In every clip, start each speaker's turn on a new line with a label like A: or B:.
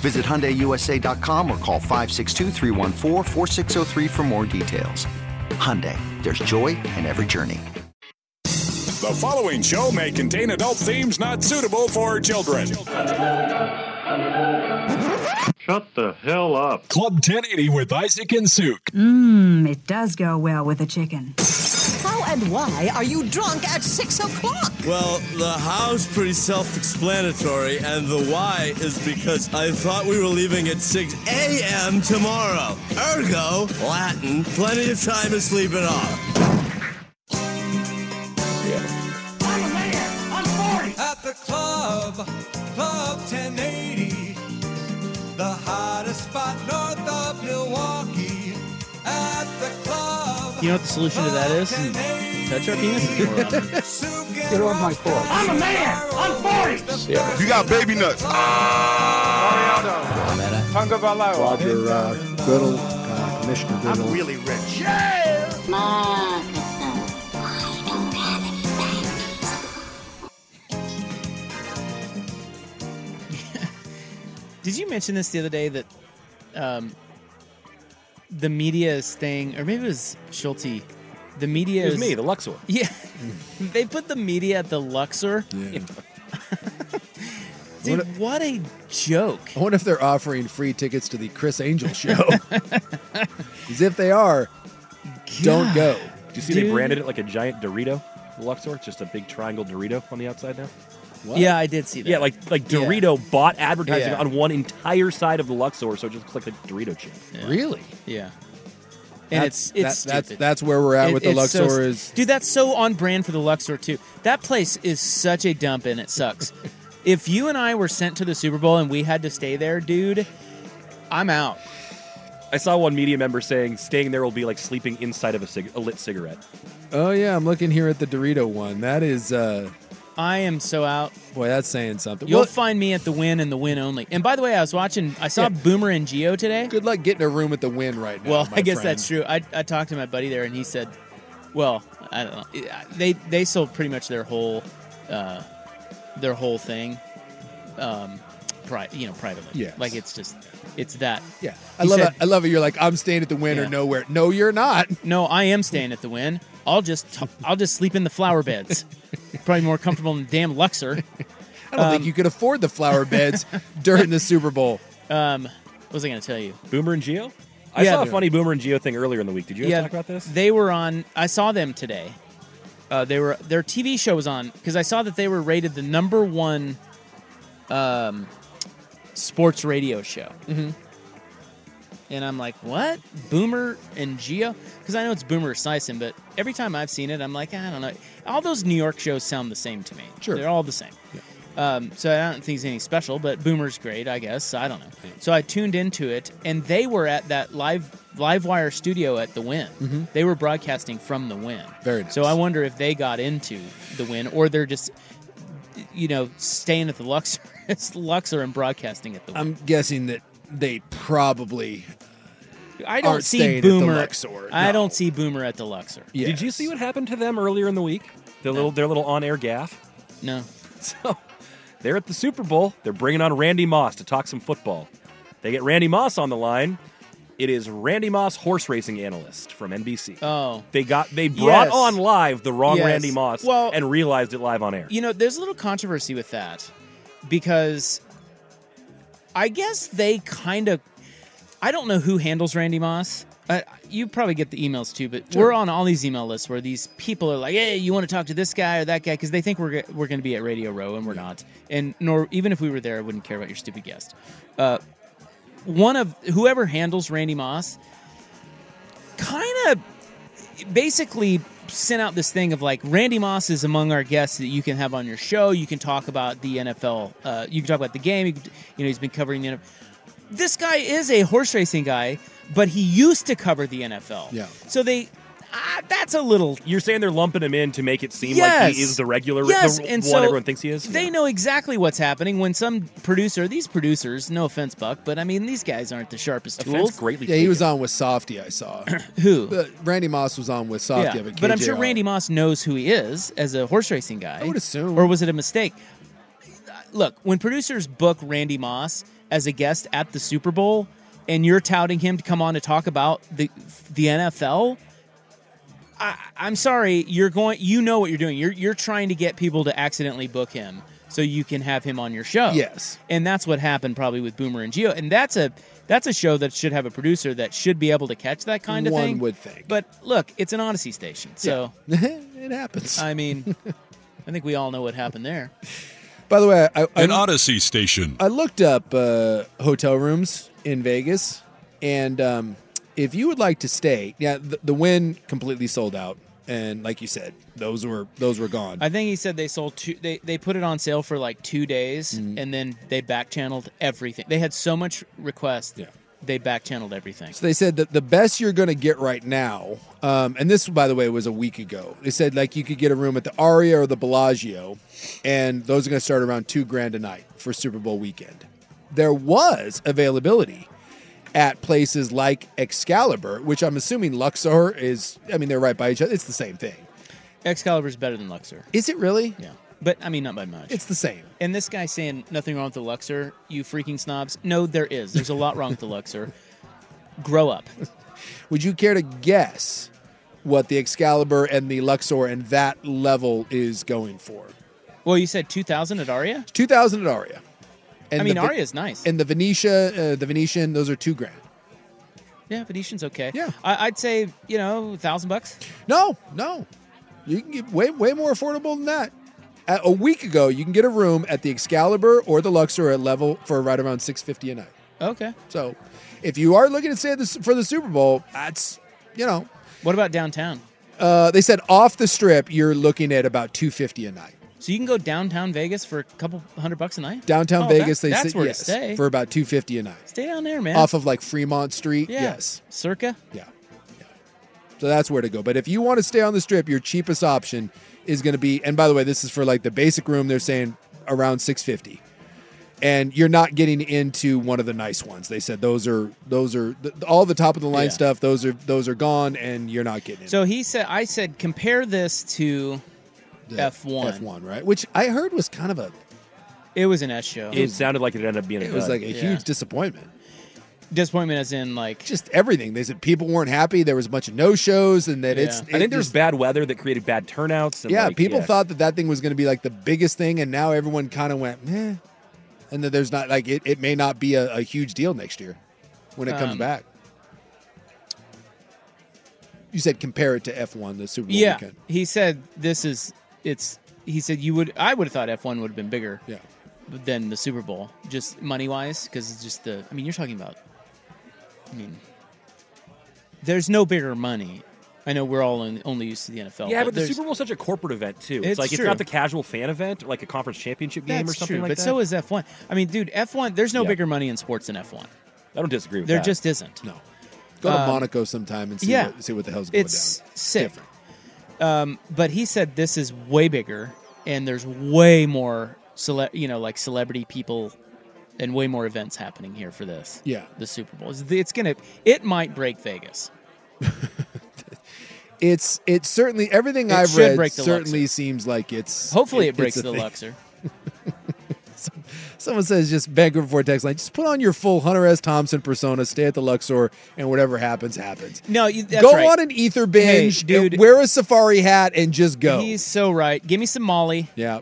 A: Visit HyundaiUSA.com or call 562-314-4603 for more details. Hyundai, there's joy in every journey.
B: The following show may contain adult themes not suitable for children.
C: Shut the hell up.
B: Club 1080 with Isaac and Suk.
D: Mmm, it does go well with a chicken.
E: How and why are you drunk at six o'clock?
F: Well, the how's pretty self-explanatory, and the why is because I thought we were leaving at 6 a.m. tomorrow. Ergo, Latin, plenty of time to sleep it off.
G: I'm a man. I'm 40.
H: At the club, Club 1080, the hottest spot north of Milwaukee. At the club,
I: You know what the solution to that is? Touch our penises more often.
H: get on my call.
G: I'm a man. I'm 40.
J: You got baby nuts.
C: Roger uh, Goodell, uh, Commissioner Goodell.
J: Really rich.
I: Did you mention this the other day that um, the media is staying, or maybe it was Schulte? The media
K: It was
I: is
K: me, the Luxor.
I: Yeah, they put the media at the Luxor. Dude,
L: What
I: what a joke!
L: I wonder if they're offering free tickets to the Chris Angel show. Because if they are, don't go.
K: Do you see they
I: Dude.
K: branded it like a giant Dorito? The Luxor, it's just a big triangle Dorito on the outside now.
L: What?
I: Yeah, I did see that.
K: Yeah, like like Dorito bought advertising
I: Yeah.
K: on one entire side of the Luxor, so it just looked like a Dorito chip.
L: Really?
I: yeah, and
L: That's-
I: it's it's
L: that- that's
I: stupid.
L: that's where we're at
I: It-
L: with the
I: it's so
L: Luxor.
I: st-
L: is
I: dude, that's so on brand for the Luxor too. That place is such a dump, and it sucks. if you and I were sent to the Super Bowl and we had to stay there, dude, I'm out.
K: I saw one media member saying staying there will be like sleeping inside of a, cig- a lit cigarette.
L: oh yeah, I'm looking here at the Dorito one. That is uh,
I: I am so out.
L: boy, that's saying something.
I: You'll
L: Well,
I: find me at the win and the win only. And by the way, I was watching. I saw
L: Yeah.
I: Boomer and Geo today.
L: good luck getting a room at the Win right now.
I: Well,
L: my
I: I guess
L: friend.
I: that's true. I, I talked to my buddy there, and he said, "Well, I don't know. They they sold pretty much their whole uh, their whole thing, um, pri- you know, privately.
L: Yes.
I: like it's just it's that.
L: Yeah, I
I: He
L: love
I: said-
L: it. I love it. You're like, I'm staying at the Win
I: Yeah.
L: or nowhere. No, you're not.
I: No, I am staying at the win. I'll just t- I'll just sleep in the flower beds. Probably more comfortable than the damn Luxor.
L: I don't think you could afford the flower beds during the Super Bowl.
I: Um, what was I going to tell you?
K: Boomer and Geo. I
I: Yeah.
K: saw a funny Boomer and Geo thing earlier in the week. Did you guys talk about this?
I: They were on. I saw them today. Uh, they were their TV show was on because I saw that they were rated the number one um, sports radio show. Mm-hmm. And I'm like, what? Boomer and Geo? Because I know it's Boomer Sison, but every time I've seen it, I'm like, I don't know. All those New York shows sound the same to me.
L: Sure.
I: they're all the same. Um, so I don't think it's anything special, but Boomer's great, I guess. I don't know. So I tuned into it, and they were at that live live wire studio at the Win. They were broadcasting from the Win.
L: Mm-hmm. Very nice.
I: So I wonder if they got into the Win, or they're just, you know, staying at the Luxor, it's Luxor and broadcasting at the Win.
L: I'm guessing that they probably
I: I don't
L: aren't
I: see
L: staying at the
I: Boomer.
L: Luxor,
I: I
L: no.
I: don't see Boomer at the Luxor.
K: Did you
L: Yes.
K: see what happened to them earlier in the week? Their little their little on air gaff.
I: No.
K: So they're at the Super Bowl. They're bringing on Randy Moss to talk some football. They get Randy Moss on the line. It is Randy Moss, horse racing analyst from NBC.
I: Oh.
K: They got they brought
I: Yes.
K: on live the wrong
I: Yes.
K: Randy Moss
I: Well-
K: and realized it live on air.
I: You know, there's a little controversy with that because I guess they kind of I don't know who handles Randy Moss. Uh, you probably get the emails too, but we're on all these email lists where these people are like, "Hey, you want to talk to this guy or that guy?" Because they think we're g- we're going to be at Radio Row, and we're not. And nor even if we were there, I wouldn't care about your stupid guest. Uh, one of whoever handles Randy Moss, kind of basically sent out this thing of like Randy Moss is among our guests that you can have on your show. You can talk about the NFL. Uh, you can talk about the game. You, can, you know, he's been covering the NFL. This guy is a horse racing guy, but he used to cover the NFL.
L: Yeah.
I: So they. ah, that's a little.
L: You're saying they're lumping him in to make it seem like
I: Yes.
L: he is the regular,
I: Yes,
L: the one
I: and so
L: everyone thinks he is.
I: They know exactly what's happening when some producer, these producers, no offense, Buck, but I mean, these guys aren't the sharpest
K: Offense
I: tools.
K: yeah, he was on with Softy. I saw
I: who
K: Randy Moss was on with Softy.
I: Yeah, but I'm sure
K: Randy
I: Randy Moss knows who he is as a horse racing guy. I would
K: assume.
I: Or was it a mistake? Look, when producers book Randy Moss as a guest at the Super Bowl, and you're touting him to come on to talk about the the NFL. I, I'm sorry, you're going. You know what you're doing. You're you're trying to get people to accidentally book him so you can have him on your show.
K: Yes.
I: and that's what happened probably with Boomer and Geo. And that's a that's a show that should have a producer that should be able to catch that kind of
K: One
I: thing.
K: would think.
I: But look, it's an Odyssey station, so
K: it happens.
I: I mean, I think we all know what happened there.
K: By the way, I, I,
B: An Odyssey station.
K: I looked up uh, hotel rooms in Vegas, and um, if you would like to stay, yeah, the, the Win completely sold out, and like you said, those were those were gone.
I: I think he said they sold two. They they put it on sale for like two days,
K: Mm-hmm.
I: and then they back channeled everything. They had so much request. Yeah. They back channeled everything.
K: So they said that the best you're going to get right now, um, and this, by the way, was a week ago. They said like you could get a room at the Aria or the Bellagio, and those are going to start around two grand a night for Super Bowl weekend. There was availability at places like Excalibur, which I'm assuming Luxor is. I mean, they're right by each other. It's the same thing.
I: Excalibur's better than Luxor.
K: Is it really?
I: Yeah, but I mean, not by much.
K: It's the same.
I: And this guy saying nothing wrong with the Luxor, you freaking snobs. No, there is. There's a lot wrong with the Luxor. Grow up.
K: Would you care to guess what the Excalibur and the Luxor and that level is going for?
I: Well, you said two thousand at Aria.
K: Two thousand at Aria.
I: I mean,
K: the Ve-
I: Aria's nice.
K: And the Venetia, uh, the Venetian, those are two grand.
I: Yeah, Venetian's okay. Yeah, I, I'd say you know a thousand bucks.
K: No, no, you can get way way more affordable than that. A- a week ago, you can get a room at the Excalibur or the Luxor at level for right around six fifty a night.
I: Okay.
K: So, if you are looking to stay at the, for the Super Bowl, that's you know.
I: What about downtown?
K: Uh, they said off the strip, you're looking at about two fifty a night.
I: So you can go downtown Vegas for a couple hundred bucks a night.
K: Downtown
I: Oh,
K: Vegas,
I: that-
K: they
I: that's
K: said
I: where
K: yes,
I: to stay.
K: for about two fifty a night.
I: stay down there, man.
K: Off of like Fremont Street,
I: Yeah.
K: yes.
I: Circa.
K: Yeah. So that's where to go. But if you want to stay on the strip, your cheapest option is going to be. And by the way, this is for like the basic room. They're saying around six fifty, and you're not getting into one of the nice ones. They said those are those are th- all the top of the line
I: Yeah.
K: stuff. Those are those are gone, and you're not getting in.
I: So he said, I said, compare this to F one.
K: F one, right? Which I heard was kind of a.
I: It was an S show.
L: It, sounded like it ended up being. A
K: It was
L: dud.
K: like a huge disappointment.
I: Disappointment, as in like
K: just everything. They said people weren't happy. There was a bunch of no shows, and that it's.
L: I
K: it
L: think there's
K: just-
L: bad weather that created bad turnouts. And
K: yeah,
L: like,
K: people
L: yeah.
K: thought that that thing was going to be like the biggest thing, and now everyone kind of went, eh. And that there's not like it, it may not be a, a huge deal next year when it comes
I: Um,
K: back. You said compare it to F1, the Super Bowl
I: yeah.
K: weekend.
I: He said this is it's. He said you would. I would have thought F one would have been bigger.
K: Yeah.
I: Than the Super Bowl, just money wise, because it's just the. I mean, you're talking about. I mean, there's no bigger money. I know we're all in, only used to the NFL.
L: Yeah, but the
I: there's-
L: Super Bowl is such a corporate event too. It's,
I: It's
L: like it's
I: true.
L: not the casual fan event, like a conference championship game
I: That's
L: or something
I: true,
L: like
I: but
L: that.
I: so is F1. I mean, dude, F1. There's no
L: Yeah.
I: bigger money in sports than F1.
L: I don't disagree with
I: There
L: that.
I: just isn't.
K: No. Go to
I: Um,
K: Monaco sometime and see,
I: yeah.
K: what, see what the hell's going
I: It's sick. Um, but he said this is way bigger, and there's way more cele- you know, like celebrity people, and way more events happening here for this.
K: Yeah.
I: the Super Bowl. It's, it's gonna. It might break Vegas.
K: down. It's it certainly everything
I: It
K: I've
I: should
K: read
I: breaks the
K: certainly seems like it's.
I: Hopefully, it,
K: it's
I: breaks
K: a
I: the
K: thing.
I: Luxor.
K: Someone says just banker before text line. Just put on your full Hunter S. Thompson persona, stay at the Luxor, and whatever happens, happens.
I: No, you, that's
K: go
I: right.
K: on an ether binge,
I: dude.
K: dude. Wear a safari hat and just go.
I: He's so right. Give me some Molly.
K: yeah,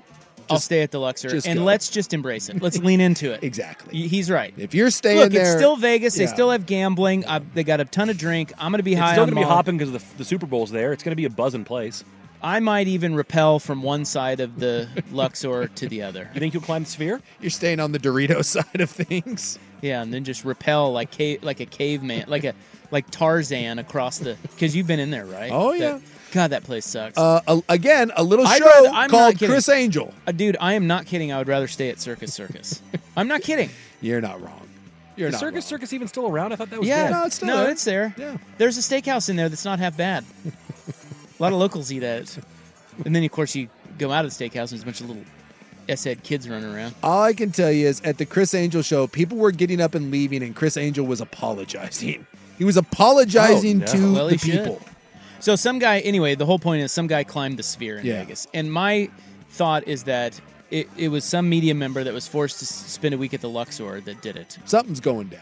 I: I'll stay at the Luxor,
K: just
I: and
K: go.
I: let's just embrace it. Let's lean into it.
K: Exactly.
I: Y- He's right.
K: If you're staying
I: Look,
K: there,
I: it's still Vegas.
K: Yeah.
I: They still have gambling. I, they got a ton of drink. I'm going to be
L: It's
I: high.
L: still
I: on
L: gonna be
I: Molly.
L: hopping because the, the Super Bowl's there. It's going to be a buzzing place.
I: I might even repel from one side of the Luxor to the other.
L: You think you'll climb the sphere?
K: You're staying on the Dorito side of things.
I: Yeah, and then just repel like cave, like a caveman, like a like Tarzan across the. Because you've been in there, right?
K: Oh,
I: That-
K: yeah.
I: God, that place sucks.
K: Uh, a- again, a little
I: I'd
K: show
I: rather- I'm not
K: called
I: kidding.
K: Chris Angel.
I: Uh, dude, I am not kidding. I would rather stay at Circus Circus. I'm not kidding.
K: You're not wrong. You're
L: Is
K: not
L: Circus
K: wrong.
L: Circus even still around? I thought that was
I: yeah,
L: dead.
I: no, it's there.
K: Yeah.
I: There's a steakhouse in there that's not half bad. a lot of locals eat at it, and then of course you go out of the steakhouse and there's a bunch of little s-head kids running around.
K: All I can tell you is at the Chris Angel show, people were getting up and leaving, and Chris Angel was apologizing. He was apologizing
I: Oh, no.
K: to
I: Well,
K: the
I: he should.
K: people.
I: So some guy, anyway, the whole point is some guy climbed the sphere in
K: Yeah.
I: Vegas, and my thought is that it, it was some media member that was forced to s- spend a week at the Luxor that did it.
K: Something's going down.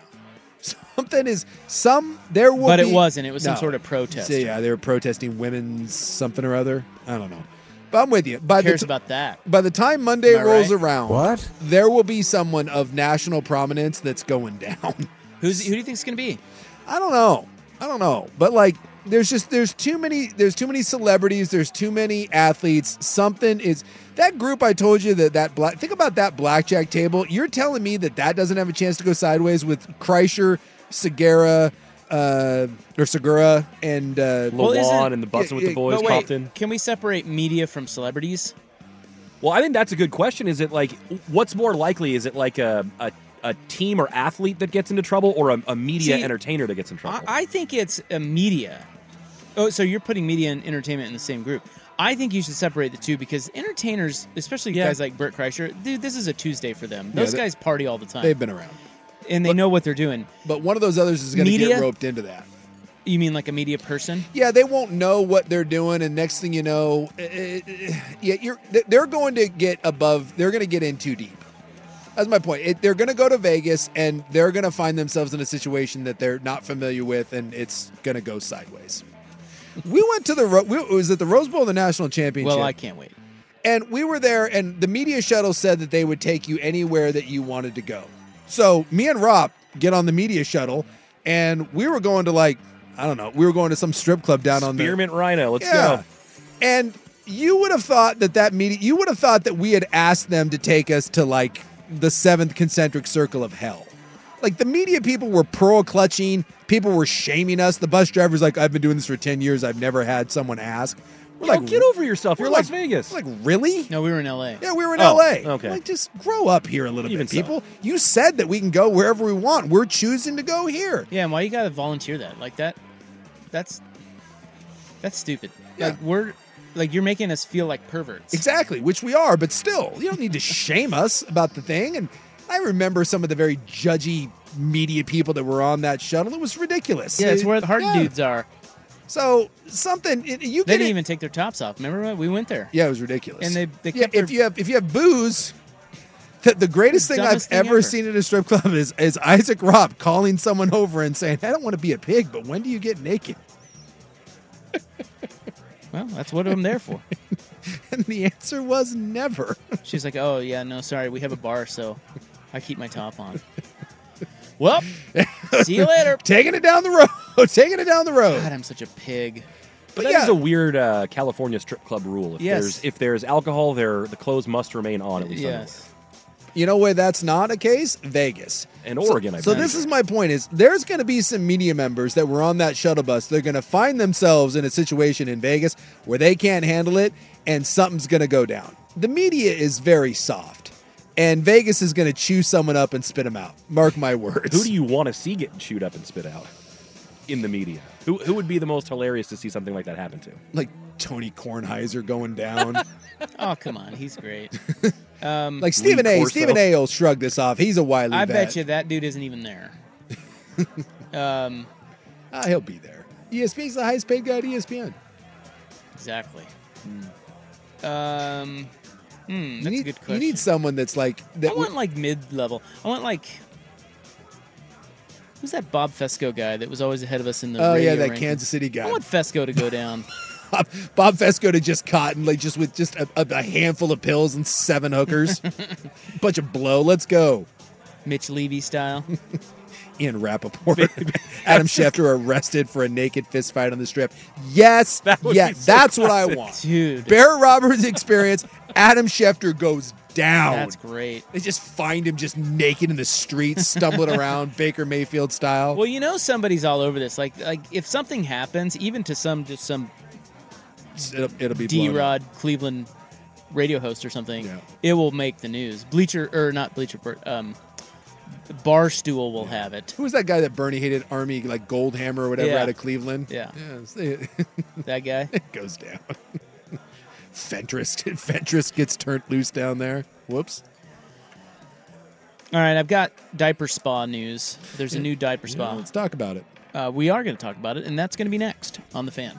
K: Something is some there will
I: But it
K: be-
I: wasn't. It was some sort of protest.
K: So, yeah, they were protesting women's something or other. I don't know. But I'm with you. By
I: Who cares
K: the
I: about that?
K: by the time Monday
I: Am I
K: rolls
I: right?
K: around, what there will be someone of national prominence that's going down.
I: Who's who do you think's gonna be?
K: I don't know. I don't know. But like there's just there's too many there's too many celebrities, there's too many athletes. Something is that group I told you that that black think about that blackjack table. You're telling me that that doesn't have a chance to go sideways with Kreischer, Segura, uh, or Segura and uh
L: Well, isn't- Lawan and the
K: Bustin'
L: Bustin' with the Boys,
I: but wait,
L: Compton.
I: Can we separate media from celebrities?
L: Well, I think that's a good question. Is it like what's more likely? Is it like a a, a team or athlete that gets into trouble, or a, a media
I: See,
L: entertainer that gets in trouble?
I: I, I think it's a media. Oh, so you're putting media and entertainment in the same group. I think you should separate the two because entertainers, especially
K: Yeah.
I: guys like Burt Kreischer, dude, this is a Tuesday for them.
K: Yeah,
I: Those
K: they-
I: guys party all the time.
K: They've been around.
I: and they know what they're doing.
K: But one of those others is gonna
I: Media?
K: get roped into that.
I: You mean like a media person?
K: Yeah, they won't know what they're doing, and next thing you know, eh, eh, eh, yeah, you're th- they're going to get above. They're going to get in too deep. That's my point. It, they're going to go to Vegas, and they're going to find themselves in a situation that they're not familiar with, and it's going to go sideways. we went to the Ro- we, it was at the Rose Bowl, the national championship.
I: Well, I can't wait.
K: And we were there, and the media shuttle said that they would take you anywhere that you wanted to go. So me and Rob get on the media shuttle, and we were going to like I don't know, we were going to some strip club down on the
L: Spearmint Rhino. Let's go.
K: and you would have thought that that media, you would have thought that we had asked them to take us to like the seventh concentric circle of hell. Like the media people were pearl clutching, people were shaming us. The bus driver's like, I've been doing this for 10 years, I've never had someone ask. We're
L: Yo,
K: like,
L: get over yourself.
K: we're
L: You're
K: like-
L: Las Vegas.
K: Like, really?
I: No, we were in L.A.
K: Yeah, we were in
L: Oh,
K: LA.
L: okay.
K: Like, just grow up here a little
L: Even
K: bit,
L: so.
K: people. You said that we can go wherever we want. We're choosing to go here.
I: Yeah, and why you gotta volunteer that? Like that, that's that's stupid.
K: Yeah.
I: Like we're like you're making us feel like perverts.
K: Exactly, which we are, but still, you don't need to shame us about the thing. And I remember some of the very judgy media people that were on that shuttle. It was ridiculous.
I: Yeah, it's where the hard
K: Yeah.
I: dudes are.
K: So something it- you
I: They
K: can
I: didn't even take their tops off. Remember when we went there?
K: Yeah, it was ridiculous.
I: And they- they
K: yeah,
I: kept
K: if
I: their-
K: you have if you have booze. The, the greatest thing I've
I: Dumbest thing
K: ever,
I: ever.
K: seen at a strip club is is Isaac Robb calling someone over and saying, "I don't want to be a pig, but when do you get naked?"
I: Well, that's what I'm there for.
K: And the answer was never.
I: She's like, "Oh yeah, no, sorry, we have a bar, so I keep my top on." Well, see you later.
K: taking it down the road, taking it down the road.
I: God, I'm such a pig.
K: but
L: That
K: yeah,
L: is a weird uh, California strip club rule. If
I: Yes.
L: there's if there's alcohol there, the clothes must remain on at least.
I: Yes.
K: You know where that's not a case? Vegas
L: And Oregon,
K: So,
L: I
K: so
L: believe.
K: this is my point: is there's going to be some media members that were on that shuttle bus. They're going to find themselves in a situation in Vegas where they can't handle it, and something's going to go down. The media is very soft, and Vegas is going to chew someone up and spit them out. Mark my words.
L: Who do you want to see get chewed up and spit out in the media? Who who would be the most hilarious to see something like that happen to?
K: like? Tony Kornheiser going down.
I: Oh come on, he's great. Um,
K: like Stephen A.
L: Corso.
K: Stephen A. will shrug this off. He's a wily
I: I
K: vet.
I: bet you that dude isn't even there. um,
K: Ah, he'll be there. ESPN's the highest paid guy at E ESPN.
I: exactly. Um, hmm, that's
K: you need,
I: a good
K: you
I: question.
K: need someone that's like that.
I: I want like mid level. I want like who's that Bob Fesco guy that was always ahead of us in the
K: oh yeah,
I: radio
K: that
I: rankings?
K: Kansas City guy.
I: I want Fesco to go down.
K: Bob Bob Fesco to just cotton, like just with just a, a, a handful of pills and seven hookers, bunch of blow. Let's go,
I: Mitch Levy style.
K: Ian Rappaport, Adam Schefter arrested for a naked fist fight on the strip. Yes, that yeah,
I: so
K: that's what I
I: classic.
K: want.
I: Dude.
K: Bear Roberts experience. Adam Schefter goes down.
I: That's great.
K: They just find him just naked in the streets, stumbling around Baker Mayfield style.
I: Well, you know somebody's all over this. Like like if something happens, even to some just some
K: It'll, it'll be
I: D
K: blown up.
I: Rod Cleveland radio host or something, it will make the news. Bleacher or not Bleacher Report, um, Barstool will have it.
K: Who was that guy that Bernie hated? Army like Goldhammer or whatever
I: Yeah.
K: out of Cleveland.
I: Yeah.
K: it
I: that guy
K: goes down. Fentress, Fentress gets turned loose down there. Whoops.
I: All right, I've got diaper spa news. There's a new diaper spa.
K: Let's talk about it.
I: Uh, we are going to talk about it, and that's going to be next on the fan.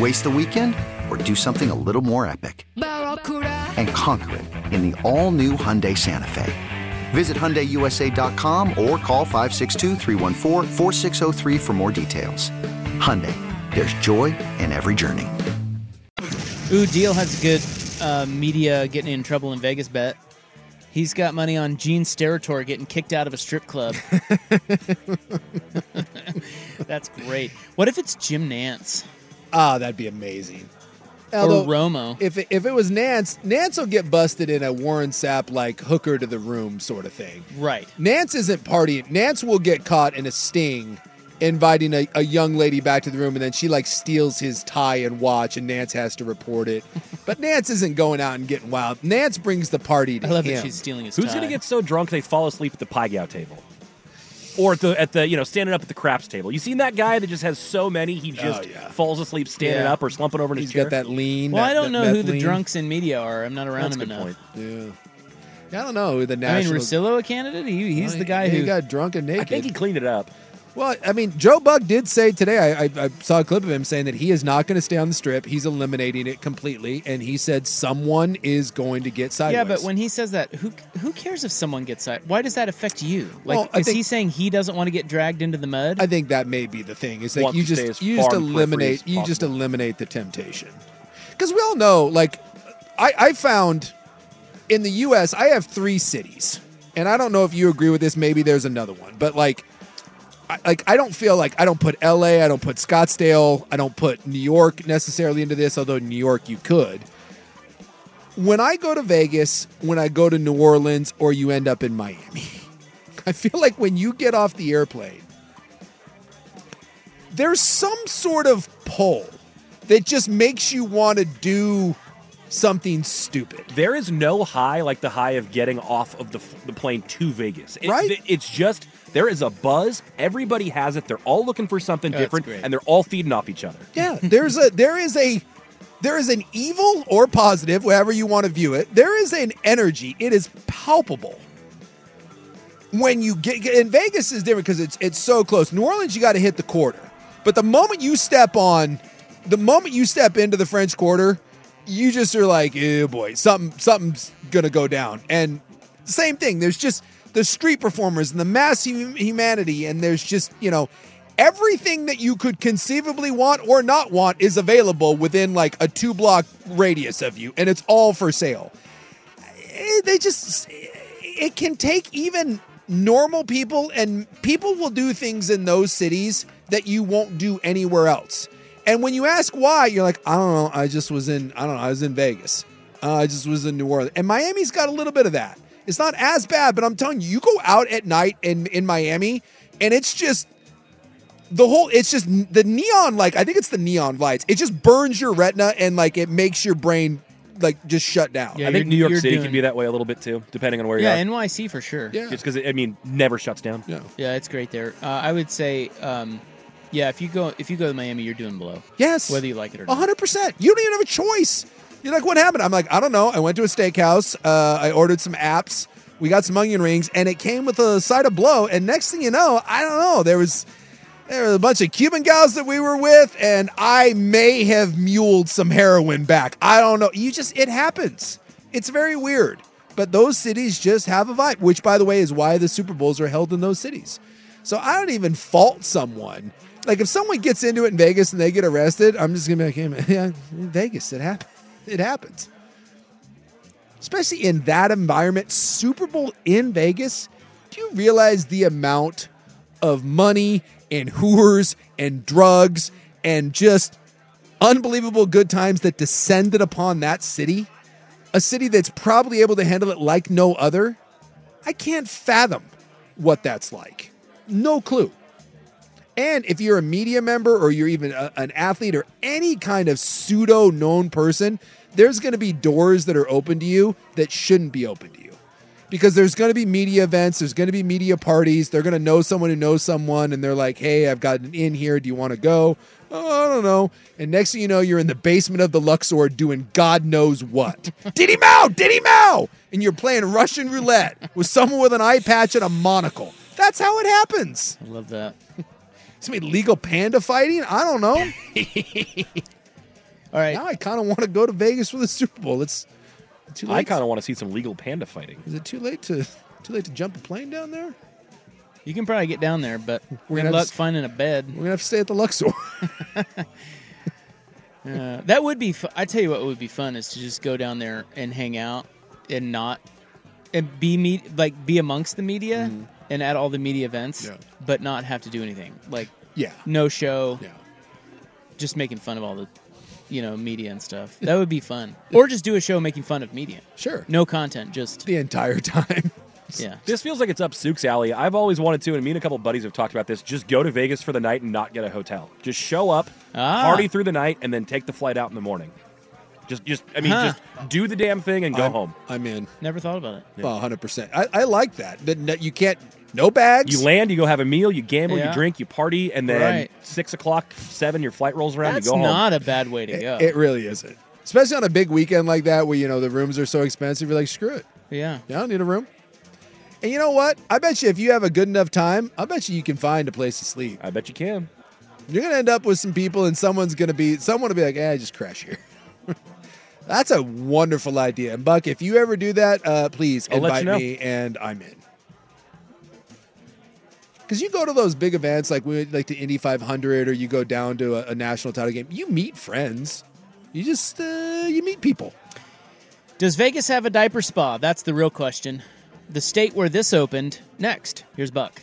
A: Waste the weekend or do something a little more epic and conquer it in the all new Hyundai Santa Fe? Visit HyundaiUSA.com or call 562-314-4603 for more details. Hyundai, there's joy in every journey.
I: Ooh, Deal has a good uh, media getting in trouble in Vegas bet. He's got money on Gene Steratore getting kicked out of a strip club. That's great. What if it's Jim Nance?
K: Ah, that'd be amazing.
I: or Romo?
K: If it, if it was Nance, Nance will get busted in a Warren Sapp like hooker to the room sort of thing.
I: Right.
K: Nance isn't partying. Nance will get caught in a sting, inviting a, a young lady back to the room, and then she like steals his tie and watch, and Nance has to report it. but Nance isn't going out and getting wild. Nance brings the party to him.
L: Who's gonna get so drunk they fall asleep at the pie gow table, or at the at the you know standing up at the craps table? You seen that guy that just has so many he just falls asleep standing
I: Yeah.
L: up or slumping over in
K: Oh,
L: his
K: He's
L: chair?
K: got that lean.
I: Well,
K: that-
I: I don't
K: that
I: know who
K: meth
I: the
K: lean.
I: drunks in media are. I'm not around
K: That's a
I: them
K: good
I: enough.
K: point. Yeah. Yeah, I don't know who the
I: I mean,
K: national.
I: Rosillo a candidate? He, he's
K: Well,
I: the guy
K: he,
I: who
K: he got drunk and naked. I think he
L: cleaned it up.
K: Well, I mean, Joe Buck did say today. I, I, I saw a clip of him saying that he is not going to stay on the strip. He's eliminating it completely, and he said someone is going to get sideways.
I: Yeah, but when he says that, who who cares if someone gets side? Why does that affect you? Like,
K: Well, I
I: is he
K: think-
I: saying he doesn't want to get dragged into the mud?
K: I think that may be the thing is like
I: Want
K: you
I: to stay
K: just
I: as
K: you
I: far
K: just
I: on periphery
K: eliminate
I: as
K: you just eliminate the temptation because we all know like I, I found in the U.S. I have three cities, and I don't know if you agree with this. Maybe there's another one, but like. I, like I don't feel like I don't put L.A. I don't put Scottsdale. I don't put New York necessarily into this, although New York you could. When I go to Vegas, when I go to New Orleans, or you end up in Miami, I feel like when you get off the airplane, there's some sort of pull that just makes you want to do something stupid.
L: There is no high like the high of getting off of the, the plane to Vegas. It-
K: Right?
L: th- it's just there is a buzz. Everybody has it. They're all looking for something
K: Oh, that's
L: different,
K: great.
L: and they're all feeding off each other.
K: Yeah, there's a there is a there is an evil or positive, wherever you want to view it. There is an energy. It is palpable. When you get in Vegas is different because it's it's so close. New Orleans, you got to hit the quarter, but the moment you step on, the moment you step into the French Quarter, you just are like, oh boy, something something's gonna go down. And same thing. There's just the street performers and the mass hum- humanity, and there's just you know everything that you could conceivably want or not want is available within like a two block radius of you, and it's all for sale. Eh, They just, it can take even normal people, and people will do things in those cities that you won't do anywhere else. And when you ask why, you're like, I don't know, I just was in, I don't know, I was in Vegas, uh, I just was in New Orleans, and Miami's got a little bit of that. It's not as bad, but I'm telling you, you go out at night in in Miami, and it's just the whole it's just n- the neon like i think it's the neon lights it just burns your retina and like it makes your brain like just shut down
L: I think New York City can be that way a little bit too, depending on where
I: yeah,
L: you are.
I: NYC for sure.
L: Just because I mean, never shuts down.
K: Yeah.
I: Yeah, it's great there. Uh, I would say, um, yeah, if you go if you go to Miami, you're doing blow.
K: Yes.
I: whether you like it or not.
K: 100% you don't even have a choice you're like what happened i'm like i don't know i went to a steakhouse uh, i ordered some apps we got some onion rings and it came with a side of blow and next thing you know i don't know there was there were a bunch of cuban gals that we were with and i may have muled some heroin back i don't know you just it happens it's very weird but those cities just have a vibe which by the way is why the super bowls are held in those cities so i don't even fault someone like if someone gets into it in vegas and they get arrested i'm just gonna be like hey, man, yeah in vegas it happens it happens especially in that environment, Super Bowl in Vegas, do you realize the amount of money and hooers and drugs and just unbelievable good times that descended upon that city? A city that's probably able to handle it like no other? I can't fathom what that's like. No clue. And if you're a media member or you're even a, an athlete or any kind of pseudo known person, there's going to be doors that are open to you that shouldn't be open to you because there's going to be media events, there's going to be media parties. They're going to know someone who knows someone and they're like, hey, I've got an in here. Do you want to go? Oh, I don't know. And next thing you know, you're in the basement of the Luxor doing God knows what. Diddy Mao, Diddy Mao. And you're playing Russian roulette with someone with an eye patch and a monocle. That's how it happens.
I: I love that.
K: Some illegal panda fighting? I don't know.
I: All right.
K: Now I kind of want to go to Vegas for the Super Bowl. It's too late.
L: I kind of want to see some legal panda fighting.
K: Is it too late to too late to jump a plane down there?
I: You can probably get down there, but
K: We're
I: good
K: gonna have
I: luck
K: to s-
I: finding a bed.
K: We're gonna have to stay at the Luxor.
I: Uh, that would be. Fu- I tell you what would be fun is to just go down there and hang out and not and be me like be amongst the media and at all the media events,
K: Mm-hmm. Yeah.
I: but not have to do anything. Like
K: Yeah.
I: no show.
K: Yeah.
I: Just making fun of all the, you know, media and stuff. That would be fun. or just do a show making fun of media.
K: Sure.
I: No content, just
K: the entire time.
I: Yeah.
L: This feels like it's up Sook's alley. I've always wanted to, and me and a couple buddies have talked about this. Just go to Vegas for the night and not get a hotel. Just show up,
I: Ah.
L: party through the night, and then take the flight out in the morning. Just, just, I mean,
I: Huh.
L: just do the damn thing and go
K: I'm-
L: home.
K: I'm in.
I: Never thought about it.
K: Well, 100%. I, I like that. That that you can't, no bags.
L: You land, you go have a meal, you gamble,
I: Yeah.
L: you drink, you party, and then
I: Right.
L: six o'clock, seven, your flight rolls around.
I: That's
L: you go home.
I: not a bad way to go.
K: It really isn't. Especially on a big weekend like that where, you know, the rooms are so expensive. You're like, screw it.
I: yeah.
K: Yeah, I don't need a room. And you know what? I bet you if you have a good enough time, I bet you you can find a place to sleep.
L: I bet you can.
K: You're gonna end up with some people, and someone's gonna be someone will be like, "Eh, just crash here." That's a wonderful idea. And Buck, if you ever do that, uh, please
L: I'll let
K: invite
L: you know.
K: me, and I'm in. Because you go to those big events like we like the Indy 500, or you go down to a, a national title game. You meet friends. You just uh, you meet people.
I: Does Vegas have a diaper spa? That's the real question. The state where this opened next. Here's Buck.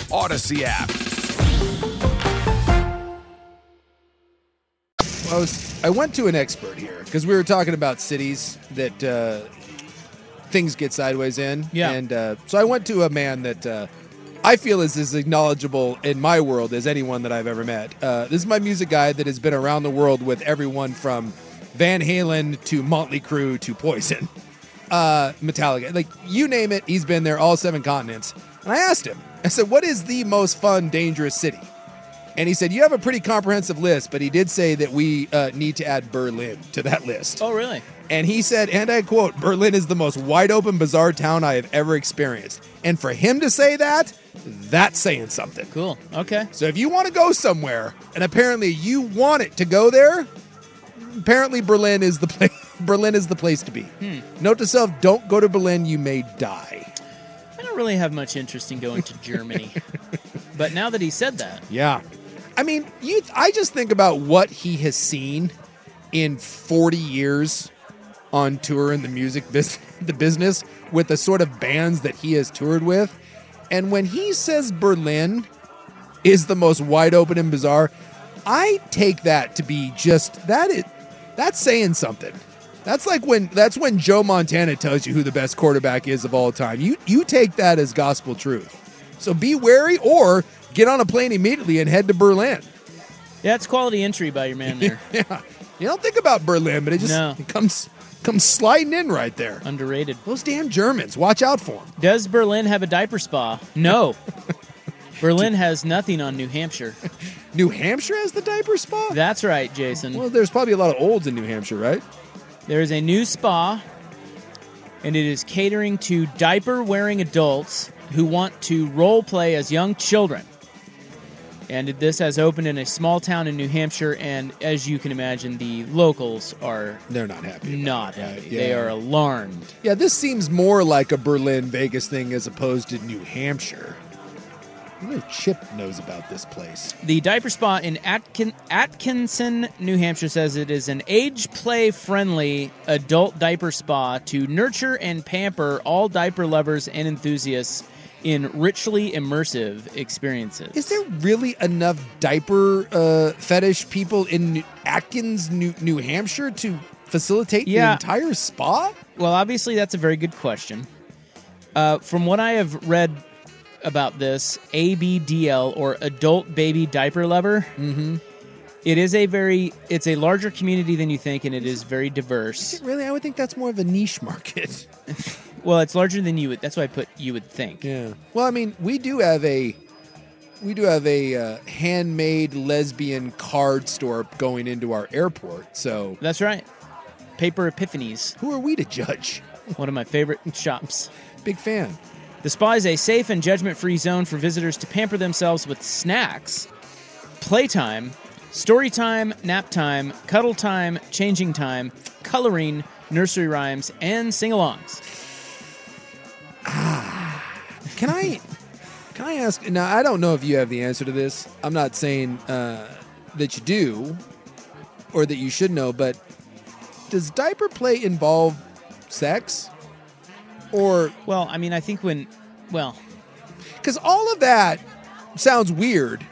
M: Odyssey app.
K: I was I went to an expert here because we were talking about cities that uh, things get sideways in.
I: Yeah.
K: And uh, so I went to a man that uh, I feel is as knowledgeable in my world as anyone that I've ever met. Uh, this is my music guy that has been around the world with everyone from Van Halen to Motley Crue to Poison, uh, Metallica, like you name it. He's been there all seven continents. And I asked him, I said, "What is the most fun, dangerous city?" And he said, You have a pretty comprehensive list, but he did say that we uh, need to add Berlin to that list.
I: Oh, really?
K: And he said, and I quote, Berlin is the most wide open, bizarre town I have ever experienced. And for him to say that, that's saying something.
I: Cool. Okay.
K: So if you want to go somewhere, and apparently you want it to go there, apparently Berlin is the place. Berlin is the place to be.
I: Hmm.
K: Note to self: Don't go to Berlin; you may die.
I: I don't really have much interest in going to Germany. but now that he said that,
K: Yeah. I mean, you I just think about what he has seen in 40 years on tour in the music business, the business with the sort of bands that he has toured with. And when he says Berlin is the most wide open and bizarre, I take that to be just that it that's saying something. That's like when that's when Joe Montana tells you who the best quarterback is of all time. You you take that as gospel truth. So be wary or get on a plane immediately and head to Berlin.
I: yeah, it's quality entry by your man there.
K: yeah. You don't think about Berlin, but it just
I: No.
K: it comes comes sliding in right there.
I: Underrated.
K: Those damn Germans, watch out for them.
I: Does Berlin have a diaper spa? No. Berlin has nothing on New Hampshire.
K: New Hampshire has the diaper spa?
I: That's right, Jason.
K: Well, there's probably a lot of olds in New Hampshire, right?
I: There is a new spa, and it is catering to diaper wearing adults who want to role play as young children. And this has opened in a small town in New Hampshire, and as you can imagine, the locals are
K: they're not happy.
I: Not happy.
K: Yeah.
I: They are alarmed.
K: Yeah, this seems more like a Berlin Vegas thing as opposed to New Hampshire. I wonder if Chip knows about this place.
I: The diaper spa in Atkin- Atkinson, New Hampshire says it is an age play friendly adult diaper spa to nurture and pamper all diaper lovers and enthusiasts in richly immersive experiences.
K: Is there really enough diaper uh, fetish people in New- Atkins, New, New Hampshire to facilitate
I: Yeah.
K: the entire spa?
I: Well, obviously, that's a very good question. Uh, from what I have read about this, ABDL or Adult Baby Diaper Lover,
K: Mm-hmm.
I: it is a very, it's a larger community than you think, and it is very diverse.
K: Really, I would think that's more of a niche market.
I: Well, it's larger than you would. That's why I put you would think.
K: Yeah. Well, I mean, we do have a we do have a uh, handmade lesbian card store going into our airport. So
I: That's right. Paper Epiphanies.
K: Who are we to judge?
I: One of my favorite shops.
K: Big fan.
I: The spa is a safe and judgment free zone for visitors to pamper themselves with snacks, playtime, story time, nap time, cuddle time, changing time, coloring, nursery rhymes, and sing alongs.
K: can I can I ask now I don't know if you have the answer to this. I'm not saying uh, that you do or that you should know, but does diaper play involve sex? Or
I: well, I mean, I think when well,
K: cuz all of that sounds weird.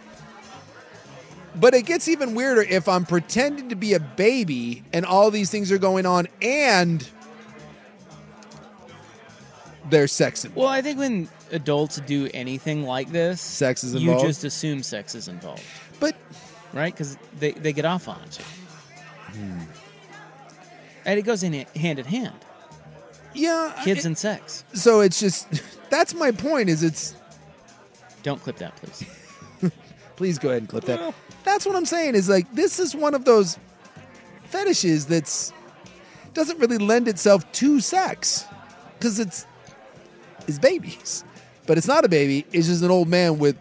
K: But it gets even weirder if I'm pretending to be a baby and all these things are going on and there's sex involved.
I: Well, I think when adults do anything like this,
K: Sex is
I: You
K: involved?
I: just assume sex is involved.
K: But
I: right, because they, they get off on it,
K: Hmm.
I: and it goes in hand in hand.
K: Yeah,
I: kids
K: it-
I: and sex.
K: So it's just that's my point is it's
I: Don't clip that, please.
K: please go ahead and clip that. That's what I'm saying is like this is one of those fetishes that's doesn't really lend itself to sex cuz it's is babies.
E: but it's not a baby. It's just an old man with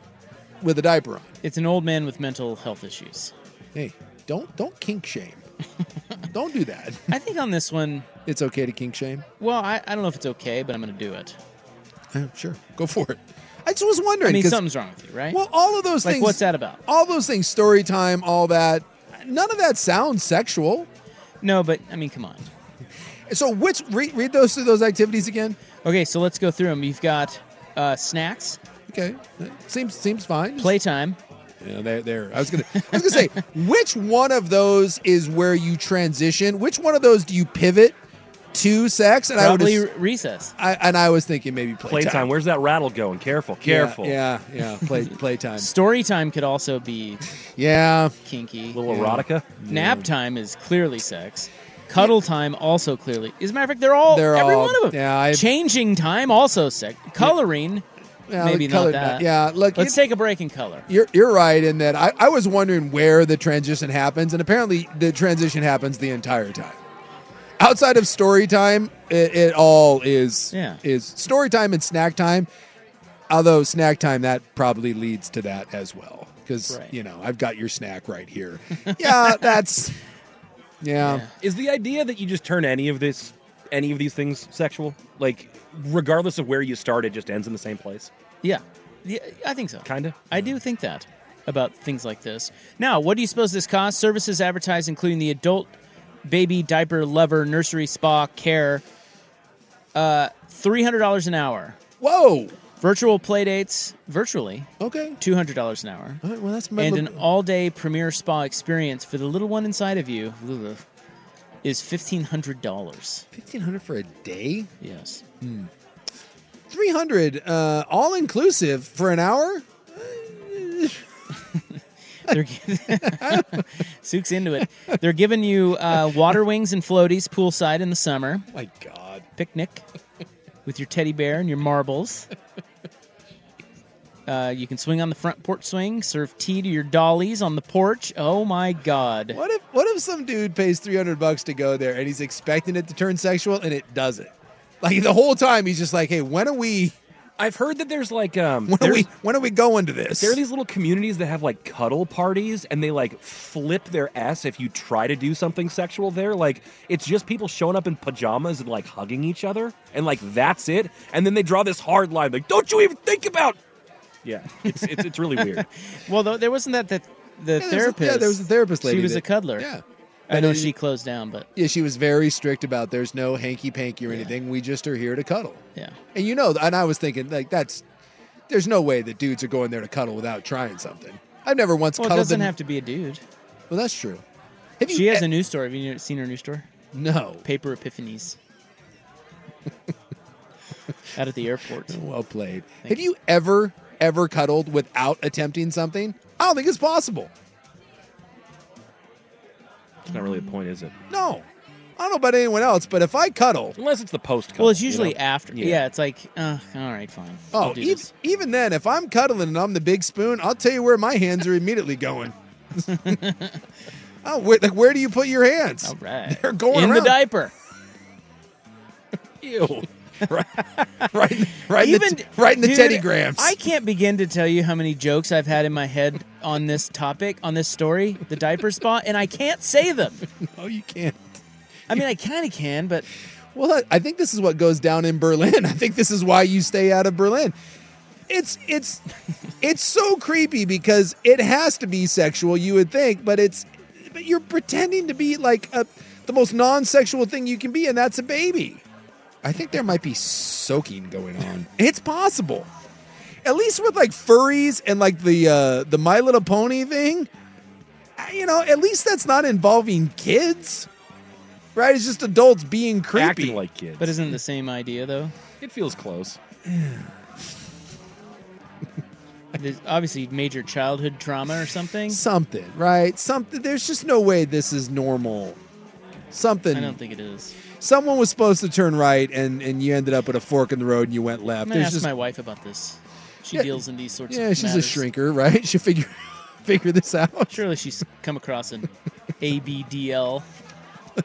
E: with a diaper on.
I: It's an old man with mental health issues.
E: Hey, don't don't kink shame. don't do that.
I: I think on this one,
E: it's okay to kink shame.
I: Well, I, I don't know if it's okay, but I'm going to do it.
E: Yeah, sure, go for it. I just was wondering.
I: I mean,
E: 'cause-
I: something's wrong with you, right?
E: Well, all of those
I: like,
E: things.
I: what's that about?
E: All those things, story time, all that. None of that sounds sexual.
I: No, but I mean, come on.
E: So, which read, read those through those activities again?
I: Okay, so let's go through them. You've got uh, snacks,
E: Okay, that seems seems fine.
I: playtime.
E: Yeah, there, there. I was gonna, I was gonna say, which one of those is where you transition? Which one of those do you pivot to sex? And
I: Probably
E: I would,
I: re- recess.
E: I, and I was thinking maybe playtime.
K: Playtime. Where's that rattle going? Careful, careful.
E: Yeah, yeah. yeah. Play playtime.
I: Story time could also be
E: Yeah,
I: kinky.
K: Little
E: Yeah.
K: erotica.
I: Nap time is clearly sex. Cuddle time also clearly. As a matter of fact, they're all
E: They're
I: every
E: all-
I: one of them.
E: yeah, I-
I: Changing time also sex. Coloring,
E: Yeah,
I: maybe
E: colored
I: not that.
E: nap. Yeah, look,
I: Let's
E: you-
I: take a break and color.
E: You're you're right in that. I, I was wondering where the transition happens, and apparently the transition happens the entire time. Outside of story time, it, it all is
I: Yeah.
E: is story time and snack time. Although snack time that probably leads to that as well, because
I: Right.
E: you know I've got your snack right here. yeah, that's yeah.
K: Is the idea that you just turn any of this, any of these things sexual? Like, regardless of where you start, it just ends in the same place.
I: Yeah. yeah I think so.
K: Kinda.
I: I do think that about things like this. Now, what do you suppose this costs? Services advertised, including the adult baby diaper lover nursery spa care, uh, three hundred dollars an hour.
E: Whoa.
I: Virtual play dates, virtually
E: Okay.
I: two hundred dollars an hour,
E: All right, well, that's
I: and an all-day premier spa experience for the little one inside of you ugh, is fifteen hundred dollars.
E: fifteen hundred for a day. Hmm.
I: Yes,
E: Three hundred uh, all inclusive for an hour.
I: they're gi- Sook's into it. They're giving you uh, water wings and floaties poolside in the summer.
E: My God.
I: picnic with your teddy bear and your marbles. Uh, you can swing on the front porch swing, serve tea to your dollies on the porch. Oh my God.
E: What if what if some dude pays three hundred bucks to go there and he's expecting it to turn sexual and it doesn't? Like the whole time he's just like, hey, when are we
K: I've heard that there's like um,
E: when are
K: there's-
E: we when are we going to this?
K: There are these little communities that have like cuddle parties and they like flip their ass if you try to do something sexual there. Like it's just people showing up in pajamas and like hugging each other and like that's it. And then they draw this hard line like, don't you even think about. Yeah, it's it's, it's really weird.
I: Well, though, there wasn't that the, the
E: Yeah, there's a-
I: therapist.
E: yeah, there was a therapist lady.
I: She was
E: that-
I: a cuddler.
E: Yeah.
I: I
E: And
I: know
E: it-
I: she closed down, but
E: Yeah, she was very strict about there's no hanky panky or anything. We just are here to cuddle.
I: yeah.
E: And you know, and I was thinking, like, that's there's no way that dudes are going there to cuddle without trying something. I've never once
I: Well, it
E: cuddled
I: doesn't
E: in-
I: have to be a dude.
E: Well, that's true. Have you e
I: She has a new store. Have you seen her new store?
E: No.
I: Paper Epiphanies. Out at the airport.
E: Well played. Have you ever, ever cuddled without attempting something? I don't think it's possible.
K: It's not really the point, is it?
E: No. I don't know about anyone else, but if I cuddle,
K: Unless it's the post cuddle.
I: Well, it's usually
K: you know?
I: after. Yeah.
K: Yeah.
I: it's like, uh, all right, fine.
E: oh,
I: We'll do
E: even,
I: this.
E: even then, if I'm cuddling and I'm the big spoon, I'll tell you where my hands are immediately going. oh, where, like where do you put your hands?
I: All right.
E: They're going
I: in
E: around.
I: the diaper.
K: Ew.
E: right, right, in the,
I: Even
E: t- right in the
I: dude,
E: teddy grams.
I: I can't begin to tell you how many jokes I've had in my head on this topic, on this story, the diaper spot, and I can't say them.
E: no, you can't.
I: I mean, I kind of can, but
E: Well, I- I think this is what goes down in Berlin. I think this is why you stay out of Berlin. It's it's it's so creepy because it has to be sexual, you would think, but it's but you're pretending to be like a, the most non-sexual thing you can be, and that's a baby. I think there might be soaking going on. It's possible. At least with like furries and like the uh, the My Little Pony thing, I- you know, at least that's not involving kids, right? It's just adults being creepy.
K: Acting like kids.
I: but isn't it the same idea though?
K: it feels close.
I: There's obviously major childhood trauma or something.
E: something, right? Something. There's just no way this is normal. Something.
I: I don't think it is.
E: someone was supposed to turn right, and and you ended up at a fork in the road, and you went
I: I'm
E: left.
I: gonna
E: There's
I: ask
E: just
I: my wife about this. She
E: Yeah,
I: deals in these sorts of
E: yeah, she's
I: matters.
E: a shrinker, right? She figure figure this out.
I: Surely she's come across an ABDL.
E: I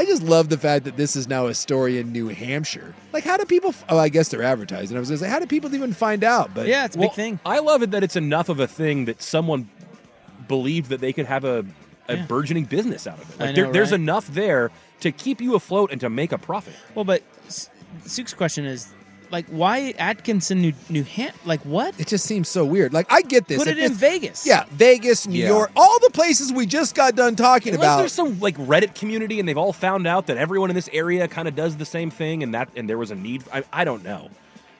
K: I just love the fact that this is now a story in New Hampshire. Like, how do people? f- Oh, I guess they're advertising. I was going to say, how do people even find out? But
I: yeah, it's a
L: Well, I love it that it's enough of a thing that someone believed that they could have a, a
I: Yeah.
L: burgeoning business out of it.
I: I
L: Like there,
I: know,
L: there's
I: right?
L: enough there to keep you afloat and to make a profit.
I: Well, but S- Suke's question is, like, why Atkinson, New New Ham? Like, what?
K: It just seems so weird. Like, I get this.
I: Put
K: If
I: it in
K: it's-
I: Vegas.
K: Yeah, Vegas, New
L: Yeah.
K: York, all the places we just got done talking
L: Unless
K: about.
L: there's some like Reddit community and they've all found out that everyone in this area kind of does the same thing and that and there was a need. I, I don't know.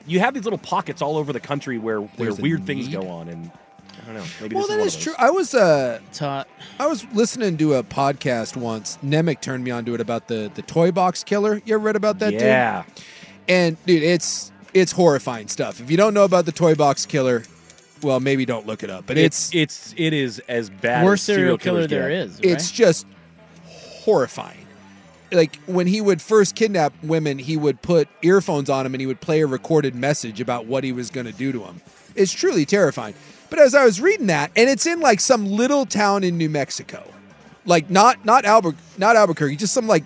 L: You have these little pockets all over the country where where
K: There's a
L: weird things
K: need?
L: go on and I don't know. Maybe
K: well,
L: this
K: that
L: is,
K: is true. I was uh,
I: taught.
K: I was listening to a podcast once. Nemec turned me on to it about the the toy box killer. You ever read about that? dude?
L: Yeah.
K: And dude, it's it's horrifying stuff. If you don't know about the toy box killer, well, maybe don't look it up. But it's
L: it's it's it is as bad
I: Worst
L: as serial
I: serial killer
L: killers
I: there
L: get.
I: is.
K: It's just horrifying. Like when he would first kidnap women, he would put earphones on him and he would play a recorded message about what he was going to do to him. It's truly terrifying. But as I was reading that, and it's in like some little town in New Mexico, like not not Albu- not Albuquerque, just some like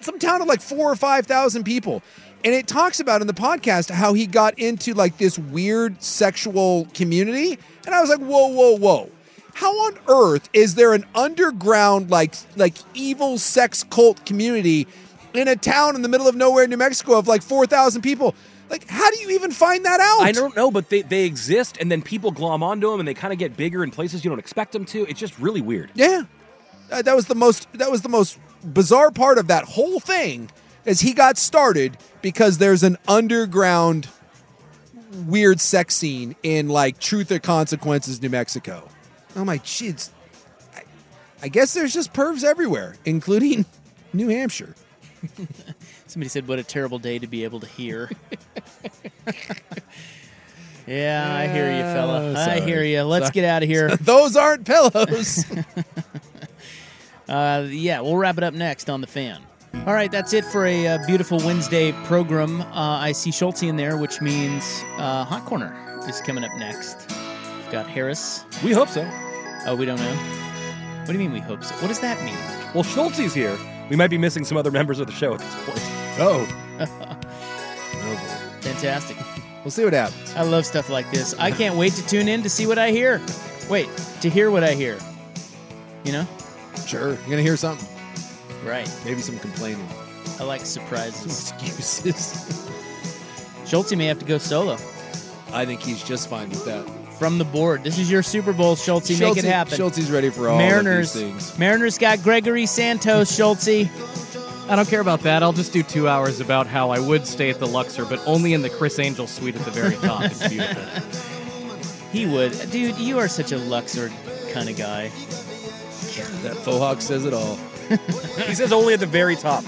K: some town of like four or five thousand people. And it talks about in the podcast how he got into like this weird sexual community. And I was like, whoa, whoa, whoa. How on earth is there an underground like like evil sex cult community in a town in the middle of nowhere, New Mexico, of like four thousand people? Like, how do you even find that out?
L: I don't know, but they, they exist, and then people glom onto them, and they kind of get bigger in places you don't expect them to. It's just really weird.
K: Yeah, Uh, that was the most that was the most bizarre part of that whole thing is he got started because there's an underground weird sex scene in like Truth or Consequences, New Mexico. Oh my jeez, I, I guess there's just pervs everywhere, including New Hampshire.
I: Somebody said, "What a terrible day to be able to hear." yeah, I hear you, fella.
K: Uh,
I: I hear
K: sorry.
I: you. Let's
K: Sorry.
I: get out of here.
K: Those aren't pillows.
I: Uh, yeah, we'll wrap it up next on the fan. All right, that's it for a uh, beautiful Wednesday program. Uh, I see Schulte in there, which means uh, Hot Corner is coming up next. We've got Harris.
L: We hope so.
I: Oh, we don't know. What do you mean we hope so? What does that mean?
L: Well, Schulte's here. We might be missing some other members of the show at this point.
K: Oh,
I: Fantastic.
K: we'll see what happens.
I: I love stuff like this. I can't wait to tune in to see what I hear. Wait, to hear what I hear. You know?
K: Sure, you're gonna hear something.
I: Right.
K: Maybe some complaining.
I: I like surprises.
K: Excuses.
I: Schulte may have to go solo
K: I think he's just fine with that.
I: from the board. This is your Super Bowl, Schulte. Make
K: Schulte-
I: it happen.
K: Schulte's ready for all of these
I: Mariners.
K: things.
I: Mariners got Gregory Santos, Schulte.
N: I don't care about that. I'll just do two hours about how I would stay at the Luxor, but only in the Chris Angel suite at the very top. It's beautiful.
I: He would. Dude, you are such a Luxor kind of guy.
K: That Fohawk says it all.
L: he says only at the very top.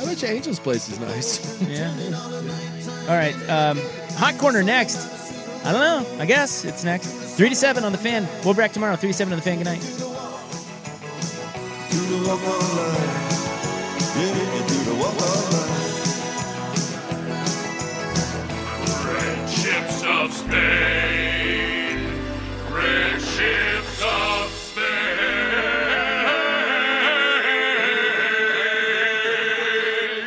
K: I bet you Angel's place is nice.
I: Yeah. All right. Um, hot corner next. I don't know. I guess it's next. Three to seven on the fan. We'll be back tomorrow. Three to seven on the fan. Good night.
H: Do the walk of life. Yeah, you do the walk of life. Red ships of Spain. Red ships of Spain.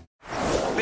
O: Be